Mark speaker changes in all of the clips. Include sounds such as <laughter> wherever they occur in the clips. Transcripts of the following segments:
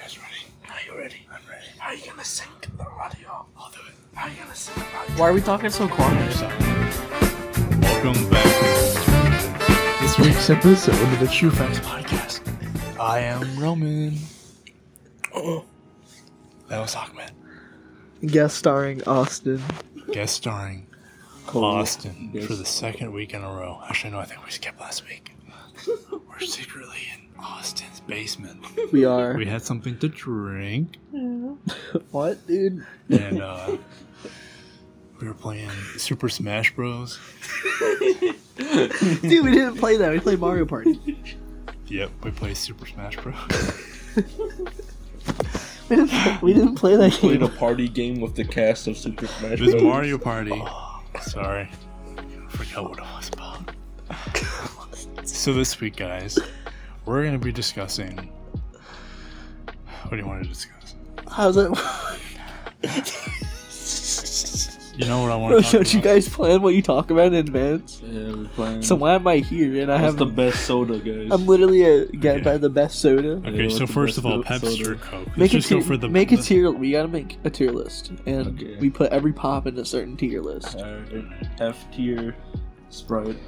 Speaker 1: guys ready?
Speaker 2: Are you ready?
Speaker 1: I'm ready.
Speaker 2: Are you gonna sync the audio?
Speaker 1: I'll do it.
Speaker 2: Are you gonna sync the audio?
Speaker 3: Why are we talking so quiet?
Speaker 4: Welcome back.
Speaker 1: This week's episode of the True Facts Podcast. I am Roman.
Speaker 2: Oh.
Speaker 1: That was Ahmed.
Speaker 3: Guest starring Austin.
Speaker 1: Guest starring Austin for the second week in a row. Actually, no, I think we skipped last <laughs> week. We're secretly in Austin's basement.
Speaker 3: We are.
Speaker 4: We had something to drink,
Speaker 3: what, dude?
Speaker 4: and uh, we were playing Super Smash Bros.
Speaker 3: Dude, we didn't play that. We played Mario Party. We
Speaker 4: Yep, we played Super Smash Bros.
Speaker 3: didn't, play, we didn't play that <laughs>
Speaker 2: Played
Speaker 3: game.
Speaker 2: a party game with the cast of Super Smash
Speaker 4: It
Speaker 3: <laughs>
Speaker 4: was
Speaker 2: Bros.
Speaker 4: Mario Party.
Speaker 3: Oh,
Speaker 4: Sorry, I forgot what it was about. so this week, guys, we're gonna be discussing. What do you want to discuss?
Speaker 3: How's <laughs> it?
Speaker 4: You know what I
Speaker 3: <laughs>
Speaker 4: want to talk
Speaker 3: Don't you
Speaker 4: about?
Speaker 3: guys plan what you talk about in advance?
Speaker 2: Yeah, we're playing.
Speaker 3: So why am I here and I
Speaker 2: That's
Speaker 3: have?
Speaker 2: the best soda, guys.
Speaker 3: I'm literally a get
Speaker 4: Okay.
Speaker 3: by the best soda.
Speaker 4: Okay,
Speaker 2: Yeah,
Speaker 4: so
Speaker 2: with the
Speaker 4: first of all,
Speaker 2: best
Speaker 4: Pepsi
Speaker 2: soda.
Speaker 4: or Coke. Let's
Speaker 3: Make a
Speaker 4: just go
Speaker 3: tier.
Speaker 4: for the
Speaker 3: make a
Speaker 4: the-
Speaker 3: tier. We gotta make a tier list, and
Speaker 2: Okay.
Speaker 3: we put every pop in a certain tier list.
Speaker 2: Alright, F tier Sprite.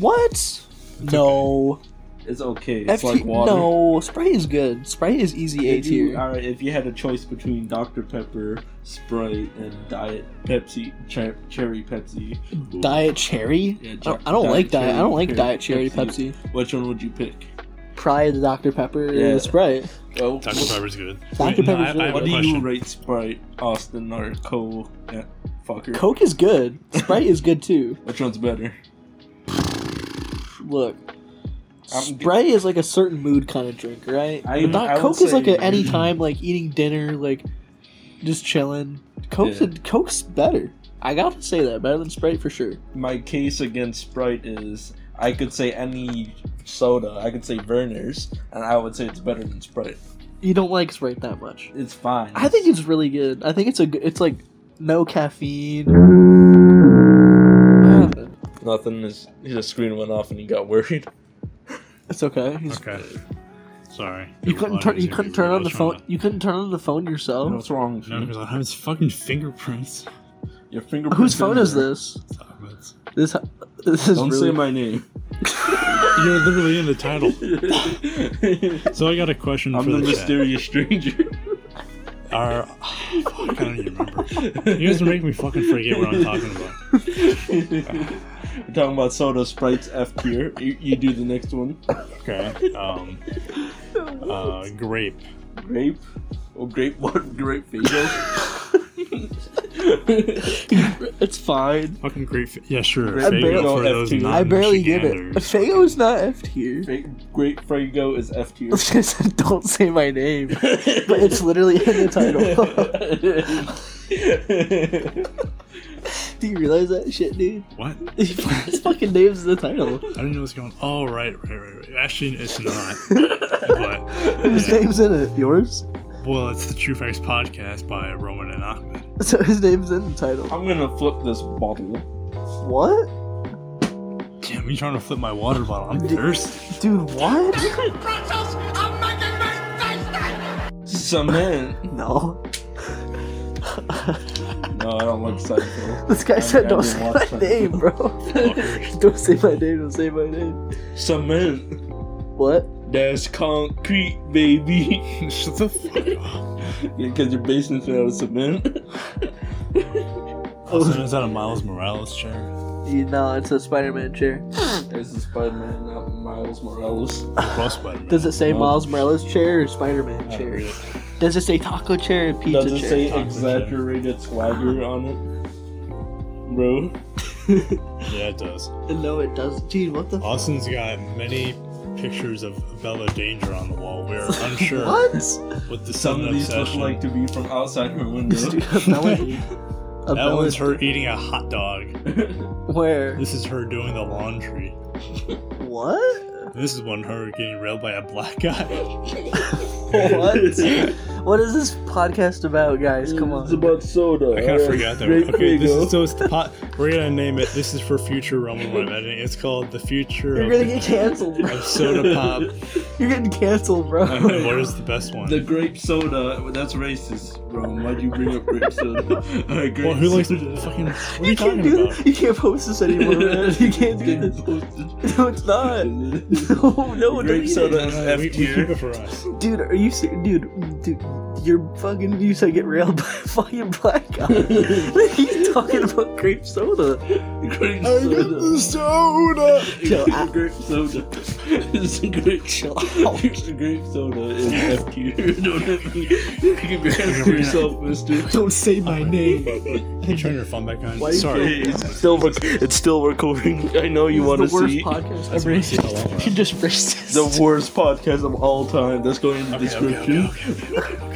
Speaker 3: What? no.
Speaker 2: It's okay.
Speaker 3: F-
Speaker 2: It's like water.
Speaker 3: No, Sprite is good. Sprite is easy A
Speaker 2: If you,
Speaker 3: tier.
Speaker 2: all right, if you had a choice between Dr. Pepper, Sprite, and Diet Pepsi, che- Cherry Pepsi,
Speaker 3: Diet cherry?
Speaker 2: Yeah,
Speaker 3: I don't-
Speaker 2: Jack-
Speaker 3: I don't
Speaker 2: Diet
Speaker 3: like diet. I don't
Speaker 2: Cherry,
Speaker 3: like
Speaker 2: Pe-
Speaker 3: diet cherry Pepsi.
Speaker 2: Pepsi. which one would you pick?
Speaker 3: Probably the Dr Pepper or
Speaker 2: Yeah.
Speaker 3: the Sprite.
Speaker 2: Oh,
Speaker 4: Dr. Pepper's good.
Speaker 3: Dr.
Speaker 4: Wait, no,
Speaker 3: Pepper's
Speaker 4: I- I
Speaker 3: really
Speaker 4: have a
Speaker 2: what do you
Speaker 4: question.
Speaker 2: rate Sprite, Austin, or Cole? eh, fucker.
Speaker 3: Coke is
Speaker 2: <laughs>
Speaker 3: good. Sprite is good too.
Speaker 2: Which one's better?
Speaker 3: Look,
Speaker 2: I'm-
Speaker 3: Sprite is like a certain mood kind of drink, right?
Speaker 2: I-
Speaker 3: But not-
Speaker 2: I would
Speaker 3: Coke is like
Speaker 2: say-
Speaker 3: at any time, like eating dinner, like just chilling. Coke's
Speaker 2: Yeah.
Speaker 3: Coke's better. I gotta say that better than Sprite for sure.
Speaker 2: My case against Sprite is I could say any soda. I could say Verner's, and I would say it's better than Sprite.
Speaker 3: You don't like Sprite that much.
Speaker 2: It's fine.
Speaker 3: I think it's really good. I think it's a good. It's like no caffeine.
Speaker 2: Mm. nothing is. His screen went off, and he got worried.
Speaker 3: It's okay. He's
Speaker 4: Okay. Sorry.
Speaker 3: You couldn't turn. You couldn't turn on the phone. You couldn't turn on the phone yourself.
Speaker 2: What's wrong? with
Speaker 4: No,
Speaker 2: you?
Speaker 4: because I have his fucking fingerprints.
Speaker 2: Your fingerprints.
Speaker 3: Whose phone
Speaker 2: in
Speaker 3: is
Speaker 2: there.
Speaker 3: this?
Speaker 4: It's Ahmed's.
Speaker 3: This. This is
Speaker 2: Don't
Speaker 3: really.
Speaker 2: say
Speaker 3: <laughs>
Speaker 2: my name.
Speaker 4: You're literally in the title.
Speaker 2: I'm
Speaker 4: So I got a question for
Speaker 2: the
Speaker 4: the chat.
Speaker 2: mysterious stranger.
Speaker 4: Are, <sighs> fuck, I don't even remember. You guys are making me fucking forget what I'm talking about.
Speaker 2: We're talking about soda sprites F tier. You, you do the next one.
Speaker 4: Okay. Um. Uh. Grape.
Speaker 2: Grape. Oh, grape what? Grape
Speaker 3: <laughs>
Speaker 2: facial.
Speaker 3: <laughs>
Speaker 2: <laughs>
Speaker 3: it's fine.
Speaker 4: Fucking grape. Fa- yeah, sure.
Speaker 2: Grape
Speaker 4: Fago
Speaker 2: Fago
Speaker 4: for
Speaker 2: F
Speaker 4: those
Speaker 2: tier.
Speaker 4: non-
Speaker 3: I barely get it.
Speaker 4: Michiganders.
Speaker 3: Fago is not F tier. <laughs>
Speaker 2: grape Frago is F <laughs> tier.
Speaker 3: Don't say my name. But it's literally in the title. <laughs> Do you realize that shit, dude? <laughs>
Speaker 4: What?
Speaker 3: His fucking name's in the title. <laughs>
Speaker 4: I don't know what's going. Oh, right, right, right, right. Actually, it's not. but
Speaker 3: Whose
Speaker 4: Yeah.
Speaker 3: name's in it? Yours?
Speaker 4: well, it's the True Facts podcast by Roman and Ahmed.
Speaker 3: So his name's in the title.
Speaker 2: <laughs> I'm gonna flip this bottle.
Speaker 3: What?
Speaker 4: Damn, you trying to flip my water bottle? I'm
Speaker 3: <laughs>
Speaker 4: thirsty.
Speaker 3: Dude, what?
Speaker 5: Brussels, I'm making my face
Speaker 2: Cement.
Speaker 3: No.
Speaker 2: No, I don't like Seinfeld.
Speaker 3: This guy
Speaker 2: I-
Speaker 3: said
Speaker 2: I
Speaker 3: don't
Speaker 2: didn't
Speaker 3: say
Speaker 2: watch
Speaker 3: my
Speaker 2: that.
Speaker 3: name, bro. don't say my name, don't say my name.
Speaker 2: Cement.
Speaker 3: What?
Speaker 2: That's concrete, baby.
Speaker 4: Shut the fuck
Speaker 2: Because your basement's made out of cement.
Speaker 4: up. Also, is that a Miles Morales chair?
Speaker 3: You know, it's a Spider-Man chair.
Speaker 2: There's the Spider-Man, not Miles Morales.
Speaker 4: Cross Spider-Man.
Speaker 3: Does it say
Speaker 2: No.
Speaker 3: Miles Morales chair or Spider-Man chair? Does it say taco chair or pizza
Speaker 2: Does it
Speaker 3: chair?
Speaker 2: say
Speaker 4: Chocolate
Speaker 2: exaggerated swagger on it? Bro.
Speaker 4: Yeah, it does.
Speaker 3: no, it doesn't. Dude, what the? F-
Speaker 4: Austin's got many pictures of Bella Danger on the wall. We're
Speaker 3: <laughs>
Speaker 4: unsure
Speaker 3: what?
Speaker 4: with the
Speaker 2: Some
Speaker 4: sudden
Speaker 2: of these look
Speaker 4: obsession.
Speaker 2: like to be from outside her window.
Speaker 3: <laughs> <laughs> Dude, a Bella, a
Speaker 4: that
Speaker 3: Bella-
Speaker 4: one's her eating a hot dog.
Speaker 2: <laughs>
Speaker 3: Where?
Speaker 4: This is her doing the laundry.
Speaker 3: What?
Speaker 4: This is one her getting railed by a black
Speaker 2: Oh,
Speaker 4: guy. <laughs>
Speaker 3: What? what is this podcast about, guys? Come on.
Speaker 2: It's about soda.
Speaker 4: I kind of forgot that.
Speaker 2: Great
Speaker 4: Okay, this
Speaker 2: Fago.
Speaker 4: is so it's the pot. We're gonna name it. This is for future Roman web editing. It's called the future
Speaker 3: You're
Speaker 4: of,
Speaker 3: gonna get canceled.
Speaker 4: of soda pop
Speaker 3: <laughs> You're getting canceled,
Speaker 4: And
Speaker 3: bro.
Speaker 4: what is the best one?
Speaker 2: The grape soda. That's racist, Rome. Why'd you bring up
Speaker 3: <laughs>
Speaker 2: grape soda? All right, grape
Speaker 4: well, who likes
Speaker 2: soda.
Speaker 4: fucking? What are
Speaker 3: You
Speaker 4: you
Speaker 3: can't
Speaker 4: talking
Speaker 3: do
Speaker 4: about?
Speaker 3: this. You can't post this anymore, man. You can't do
Speaker 2: Getting <laughs>
Speaker 3: this. <laughs>
Speaker 2: posted.
Speaker 3: No, it's
Speaker 2: <laughs>
Speaker 3: not. No, no,
Speaker 2: Grape
Speaker 3: delete
Speaker 2: soda
Speaker 3: it.
Speaker 2: is
Speaker 4: Uh, we, we
Speaker 2: F
Speaker 4: keep
Speaker 2: tier.
Speaker 4: it for us.
Speaker 3: Dude, are you ser- dude, dude, you're fucking you said get railed <laughs> by a fucking black guy. <laughs> He's talking about grape soda.
Speaker 2: <laughs> Grape soda.
Speaker 4: soda.
Speaker 3: Chill out.
Speaker 2: grape soda. It's a grape
Speaker 3: Chill
Speaker 2: soda. <laughs> grape
Speaker 4: <laughs>
Speaker 2: soda is <laughs> F tier. Don't have me. Keep your hands to yourself, mister.
Speaker 3: Don't say my name.
Speaker 4: Hey, turn your phone back on.
Speaker 3: Why you
Speaker 4: Sorry.
Speaker 2: Hey, it's still rec- it's still recording. I know you
Speaker 3: This is the
Speaker 2: want to
Speaker 3: worst
Speaker 2: see
Speaker 3: podcast
Speaker 4: That's
Speaker 3: ever.
Speaker 4: racist.
Speaker 3: <laughs>
Speaker 4: all over us.
Speaker 3: You're just racist.
Speaker 2: the worst podcast of all time. That's going in the
Speaker 4: Okay, okay,
Speaker 2: description.
Speaker 4: okay, okay, okay, okay,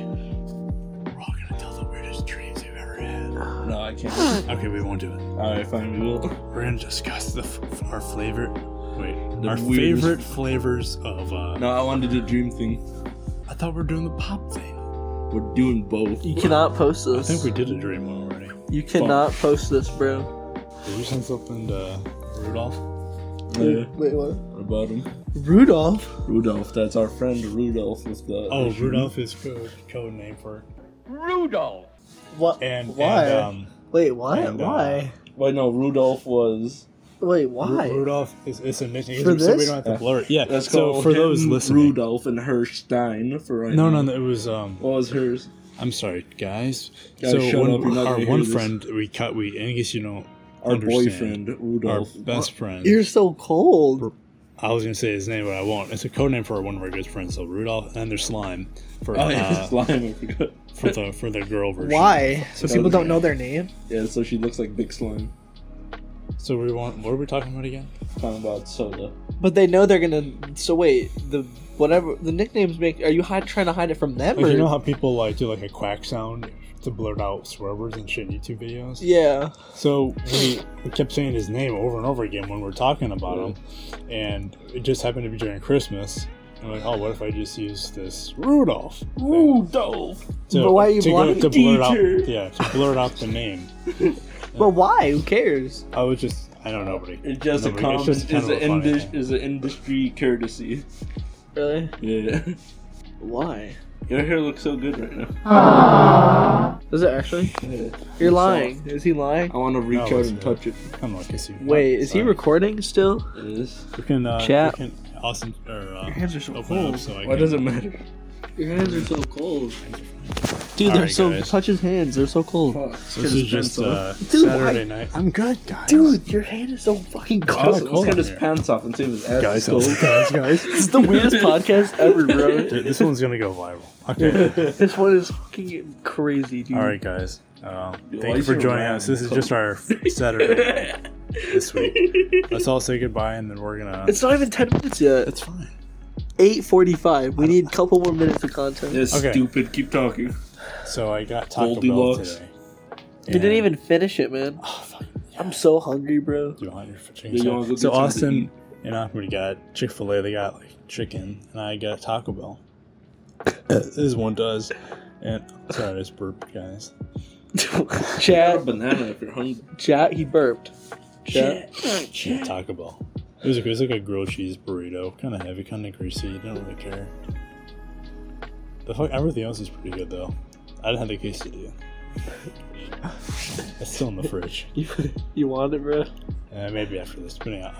Speaker 4: okay. We're all gonna tell the weirdest dreams we've ever had.
Speaker 2: No, I can't.
Speaker 4: Okay, we won't do it.
Speaker 2: All right, fine. We will.
Speaker 4: We're gonna discuss the f- our flavor. Wait,
Speaker 2: The
Speaker 4: our
Speaker 2: weirdest-
Speaker 4: favorite flavors of. uh
Speaker 2: No, I wanted to dream thing.
Speaker 4: I thought we were doing the pop thing.
Speaker 2: We're doing both.
Speaker 3: you cannot post
Speaker 4: I
Speaker 3: this.
Speaker 4: think we did a dream one already.
Speaker 3: you cannot post this, bro.
Speaker 4: Did we send something to Rudolph?
Speaker 2: Yeah.
Speaker 3: Wait, what?
Speaker 2: What about him?
Speaker 3: Rudolph?
Speaker 2: Rudolph. That's our friend Rudolph with the.
Speaker 4: Oh, Rudolph is code, code name for it.
Speaker 5: Rudolph.
Speaker 3: What?
Speaker 4: And
Speaker 3: why?
Speaker 4: And, um,
Speaker 3: Wait, what?
Speaker 4: and, uh,
Speaker 3: why?
Speaker 2: Wait, no. Rudolph was.
Speaker 3: Wait,
Speaker 4: Ru-
Speaker 3: why?
Speaker 4: Rudolph is it's a nickname,
Speaker 3: For
Speaker 4: so we
Speaker 3: this?
Speaker 4: don't have to blur it. Yeah.
Speaker 2: Let's
Speaker 4: so
Speaker 2: go.
Speaker 4: for those listening,
Speaker 2: Rudolph and her Stein for right
Speaker 4: No,
Speaker 2: now.
Speaker 4: no, no. It was um.
Speaker 2: What was hers?
Speaker 4: I'm sorry, guys.
Speaker 2: Guys, shut
Speaker 4: so one,
Speaker 2: up, you're not
Speaker 4: our
Speaker 2: gonna hear
Speaker 4: one
Speaker 2: this.
Speaker 4: friend we cut. We and I guess you know
Speaker 2: Our
Speaker 4: Understand.
Speaker 2: boyfriend
Speaker 4: our
Speaker 2: Rudolph.
Speaker 4: best friend.
Speaker 3: You're so cold.
Speaker 4: I was gonna say his name, but I won't. It's a code name for one of our good friends, so Rudolph and their slime for
Speaker 2: <laughs> Oh yeah,
Speaker 4: uh,
Speaker 2: <laughs> slime. I forgot.
Speaker 4: for the for the girl version.
Speaker 3: Why? So
Speaker 2: That
Speaker 3: people
Speaker 2: was
Speaker 3: don't
Speaker 2: me.
Speaker 3: know their name?
Speaker 2: Yeah, so she looks like big slime.
Speaker 4: So we want. What are we talking about again?
Speaker 2: Talking about soda.
Speaker 3: But they know they're gonna. So wait, the whatever the nicknames make. Are you hide, trying to hide it from them?
Speaker 4: Like,
Speaker 3: Or,
Speaker 4: you know how people like do like a quack sound to blurt out swear words and shit in YouTube videos.
Speaker 3: yeah.
Speaker 4: So we, we kept saying his name over and over again when we are talking about him, and it just happened to be during Christmas. And we're like, oh, what if I just use this Rudolph? thing
Speaker 2: Rudolph.
Speaker 4: To,
Speaker 3: But why are you
Speaker 4: to
Speaker 3: blocking
Speaker 4: to blurt out,
Speaker 2: teacher?
Speaker 4: Yeah, to blurt out the name.
Speaker 3: But why? Who cares?
Speaker 4: I was just, I don't know, buddy.
Speaker 2: It's just a
Speaker 4: Nobody- it's
Speaker 2: common.
Speaker 4: just
Speaker 2: Is
Speaker 4: kind of
Speaker 2: an
Speaker 4: a funny
Speaker 2: indus-
Speaker 4: thing.
Speaker 2: is an industry courtesy.
Speaker 3: Really?
Speaker 2: Yeah.
Speaker 3: Why?
Speaker 2: Your hair looks so good right now.
Speaker 3: Is it actually?
Speaker 2: Yeah.
Speaker 3: You're lying. Is he lying?
Speaker 2: I want to reach
Speaker 4: No,
Speaker 2: out
Speaker 4: it's
Speaker 2: and
Speaker 4: good.
Speaker 2: touch it.
Speaker 4: I'm not kissing. you.
Speaker 3: Wait, is he
Speaker 4: Sorry.
Speaker 3: recording still?
Speaker 2: It is.
Speaker 4: We can, uh,
Speaker 3: Chat.
Speaker 4: We can, Austin, or, uh,
Speaker 3: are so
Speaker 4: open it up so I
Speaker 2: Why
Speaker 4: can.
Speaker 2: does it matter?
Speaker 3: Your hands are so cold. Dude,
Speaker 4: All
Speaker 3: they're
Speaker 4: right,
Speaker 3: so
Speaker 4: guys.
Speaker 3: touch his hands. They're so cold.
Speaker 2: Fuck.
Speaker 4: this is just uh,
Speaker 3: Dude, why-
Speaker 4: Saturday night.
Speaker 6: I'm good, guys.
Speaker 3: Dude, your hand is so fucking
Speaker 4: Guys,
Speaker 3: cold.
Speaker 4: Oh, cold
Speaker 2: Let's get
Speaker 4: in
Speaker 2: his
Speaker 4: here.
Speaker 2: pants off and see if his ass
Speaker 4: uh, Guys,
Speaker 2: is cold.
Speaker 6: guys, guys.
Speaker 3: This is the <laughs> weirdest podcast ever,
Speaker 4: <laughs>
Speaker 3: bro.
Speaker 4: Dude, this one's gonna go viral.
Speaker 3: <laughs>
Speaker 4: Okay.
Speaker 3: This one is fucking crazy, dude.
Speaker 4: All right, guys. Um,
Speaker 2: why
Speaker 4: thank you
Speaker 2: is
Speaker 4: for
Speaker 2: your
Speaker 4: joining
Speaker 2: round
Speaker 4: us. This is
Speaker 2: so-
Speaker 4: just our
Speaker 3: <laughs>
Speaker 4: Saturday night this week. Let's all say goodbye, and then we're gonna.
Speaker 3: <laughs> It's not even ten minutes yet.
Speaker 4: It's fine.
Speaker 3: eight forty-five. We need a couple more minutes of content.
Speaker 2: <laughs> It's
Speaker 4: Okay.
Speaker 2: stupid. Keep talking.
Speaker 4: So I got Taco
Speaker 2: Goldilocks.
Speaker 4: Bell today.
Speaker 3: You didn't even finish it, man.
Speaker 4: Oh, fuck.
Speaker 3: I'm so hungry, bro.
Speaker 2: <laughs>
Speaker 4: Do you want your chicken?
Speaker 2: Yeah, you wanna go
Speaker 4: sandwich?
Speaker 2: get
Speaker 4: so
Speaker 2: something to
Speaker 4: Austin and Ahmed got Chick Fil A. They got like chicken, and I got Taco Bell. As one does. And sorry, I just burped, guys.
Speaker 2: Grab a
Speaker 3: Chat,
Speaker 2: banana if you're
Speaker 4: <laughs>
Speaker 2: hungry.
Speaker 3: chat. He burped. Chat.
Speaker 4: Yeah, Taco Bell. It was, like, it was like a grilled cheese burrito, kind of heavy, kind of greasy. You don't really care. The fuck, everything else is pretty good though. I didn't have the
Speaker 3: <laughs>
Speaker 4: quesadilla. it's still in the fridge.
Speaker 3: You, you want it, bro?
Speaker 4: Uh, maybe after this, but yeah,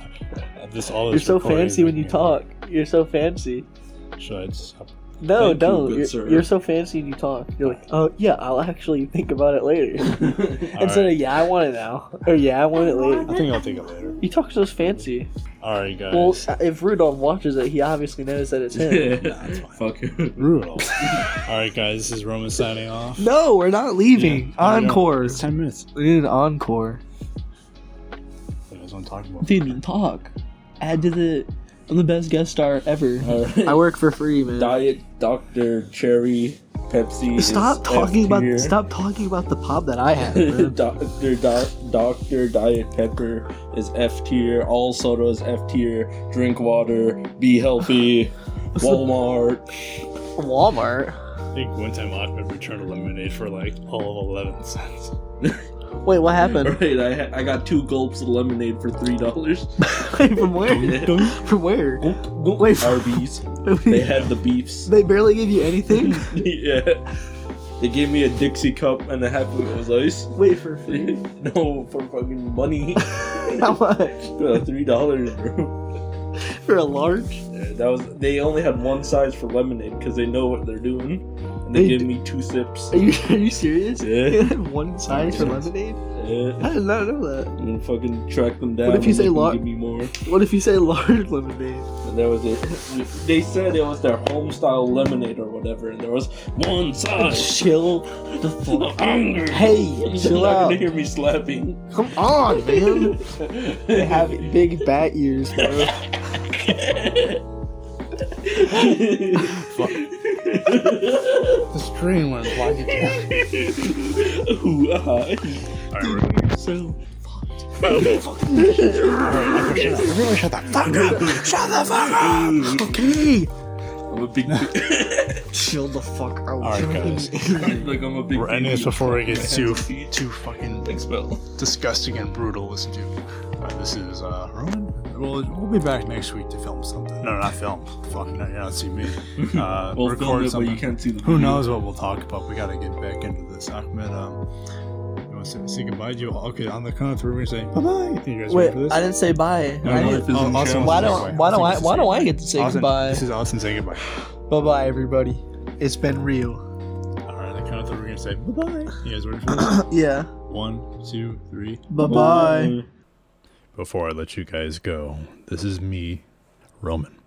Speaker 4: uh, this all
Speaker 3: You're
Speaker 4: this
Speaker 3: so
Speaker 4: recording is
Speaker 3: fancy when you
Speaker 4: making me-
Speaker 3: talk. You're so fancy.
Speaker 4: Should I just stop?
Speaker 3: No,
Speaker 2: Thank you,
Speaker 3: don't.
Speaker 2: good
Speaker 3: You,
Speaker 2: sir.
Speaker 3: are you're so fancy when you talk. You're like, oh yeah, I'll actually think about it
Speaker 2: <laughs>
Speaker 3: later. <laughs> Instead
Speaker 4: right.
Speaker 3: of yeah, I want it now, or yeah, I want it later.
Speaker 4: I think I'll take it later.
Speaker 3: You talk so fancy.
Speaker 4: All right, guys.
Speaker 3: Well, if Rudolph watches it, he obviously knows that it's
Speaker 2: <laughs>
Speaker 3: him.
Speaker 2: Fuck.
Speaker 4: Rudolph. all right, guys. This is Roman signing off.
Speaker 3: no, we're not leaving.
Speaker 4: Yeah, I know.
Speaker 3: encore.
Speaker 4: It's ten minutes.
Speaker 3: We need an encore.
Speaker 4: That was what I'm talking about.
Speaker 3: Dude, talk. Add to the. I'm the best guest star ever.
Speaker 2: All right.
Speaker 3: I work for free, man.
Speaker 2: Diet Dr. Cherry Pepsi. is
Speaker 3: Stop talking
Speaker 2: F
Speaker 3: about
Speaker 2: tier.
Speaker 3: stop talking about the pop that I have. bro.
Speaker 2: Doctor Di- Doctor Diet Pepper is F tier. All soda is F tier. Drink water. Be
Speaker 3: <laughs>
Speaker 2: healthy. Walmart.
Speaker 3: Walmart.
Speaker 4: I think one time Ahmed returned a lemonade for like all of eleven cents.
Speaker 3: Wait, what
Speaker 2: <laughs>
Speaker 3: happened?
Speaker 2: Right, I ha- I got two gulps of lemonade for three dollars.
Speaker 3: Wait, from
Speaker 2: <laughs>
Speaker 3: where? From where? Wait, from-
Speaker 2: Arby's. They had the beefs.
Speaker 3: <laughs> they barely gave you anything.
Speaker 2: <laughs> yeah. They gave me a Dixie cup and a half of it was ice. <laughs>
Speaker 3: Wait for free.
Speaker 2: no, for fucking money. <laughs>
Speaker 3: How much
Speaker 2: Uh, Three dollars, bro.
Speaker 3: for a large?
Speaker 2: Yeah, That was. They only had one size for lemonade because they know what they're doing, and
Speaker 3: They
Speaker 2: they
Speaker 3: d-
Speaker 2: gave me two sips.
Speaker 3: Are you are you serious?
Speaker 2: Yeah.
Speaker 3: You had <laughs> one size for lemonade?
Speaker 2: Yeah.
Speaker 3: I did not know that.
Speaker 2: I'm gonna fucking track them down.
Speaker 3: What if you
Speaker 2: and
Speaker 3: say
Speaker 2: make them
Speaker 3: lot-
Speaker 2: Give me more.
Speaker 3: What if you say large lemonade?
Speaker 2: And that was it. <laughs> They said it was their home style lemonade or whatever, and there was one size. <laughs>
Speaker 3: Chill the
Speaker 2: I'm hungry.
Speaker 3: Hey,
Speaker 2: You're
Speaker 3: chill
Speaker 2: <laughs> not gonna
Speaker 3: out.
Speaker 2: hear me slapping.
Speaker 3: Come on, man. They <laughs> have
Speaker 2: Have
Speaker 3: big bat <laughs> ears, bro.
Speaker 4: The
Speaker 2: <laughs>
Speaker 4: stream went black
Speaker 2: <laughs>
Speaker 4: again. Alright, we're gonna
Speaker 2: uh-huh. so
Speaker 7: Everyone shut the fuck up!
Speaker 3: <laughs>
Speaker 7: Shut the fuck up!
Speaker 3: Okay.
Speaker 2: I'm
Speaker 4: <laughs>
Speaker 2: a big <laughs>
Speaker 3: Chill the fuck out.
Speaker 4: Alright, guys.
Speaker 2: like I'm a big
Speaker 4: We're ending this before it gets too too fucking
Speaker 2: expelled.
Speaker 4: disgusting and brutal. Listen to. Uh, this is uh, Roman. We'll, we'll be back next week to film something. No, not film. Fuck no, you don't see
Speaker 2: <laughs>
Speaker 4: me. Uh,
Speaker 2: We'll
Speaker 4: record
Speaker 2: film it, but
Speaker 4: something.
Speaker 2: you can't see the
Speaker 4: Who
Speaker 2: video.
Speaker 4: knows what we'll talk about? We gotta get back into this. Ahmed, um, you want to say, say goodbye to you? all? Okay, on the count of three, we're saying bye bye. You guys
Speaker 3: Wait,
Speaker 4: ready for this?
Speaker 3: I didn't say bye.
Speaker 4: No,
Speaker 3: I
Speaker 4: no,
Speaker 3: didn't-
Speaker 2: didn't-
Speaker 4: oh, Austin
Speaker 2: Why
Speaker 4: wants to say
Speaker 3: don't- why don't
Speaker 4: goodbye.
Speaker 3: I- why don't I get to say
Speaker 4: Austin-
Speaker 3: goodbye?
Speaker 4: This is Austin saying goodbye.
Speaker 3: Bye bye, everybody. It's been real.
Speaker 4: All right, on the count of three, we're gonna say bye bye. You guys ready for
Speaker 3: <coughs>
Speaker 4: this?
Speaker 3: Yeah.
Speaker 4: One, two, three.
Speaker 3: Bye bye.
Speaker 4: Before I let you guys go, this is me, Roman.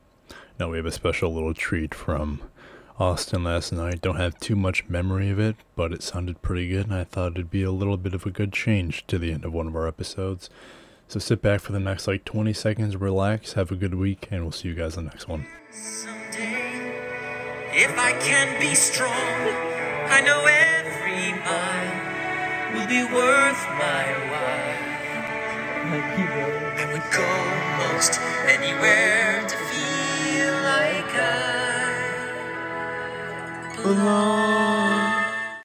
Speaker 4: Now we have a special little treat from Austin last night. Don't have too much memory of it, but it sounded pretty good, and I thought it'd be a little bit of a good change to the end of one of our episodes. So sit back for the next like 20 seconds, relax, have a good week, and we'll see you guys in the next one.
Speaker 8: Someday, if I can be strong, I know every mile will be worth my while. I would go most anywhere to feel like I belong.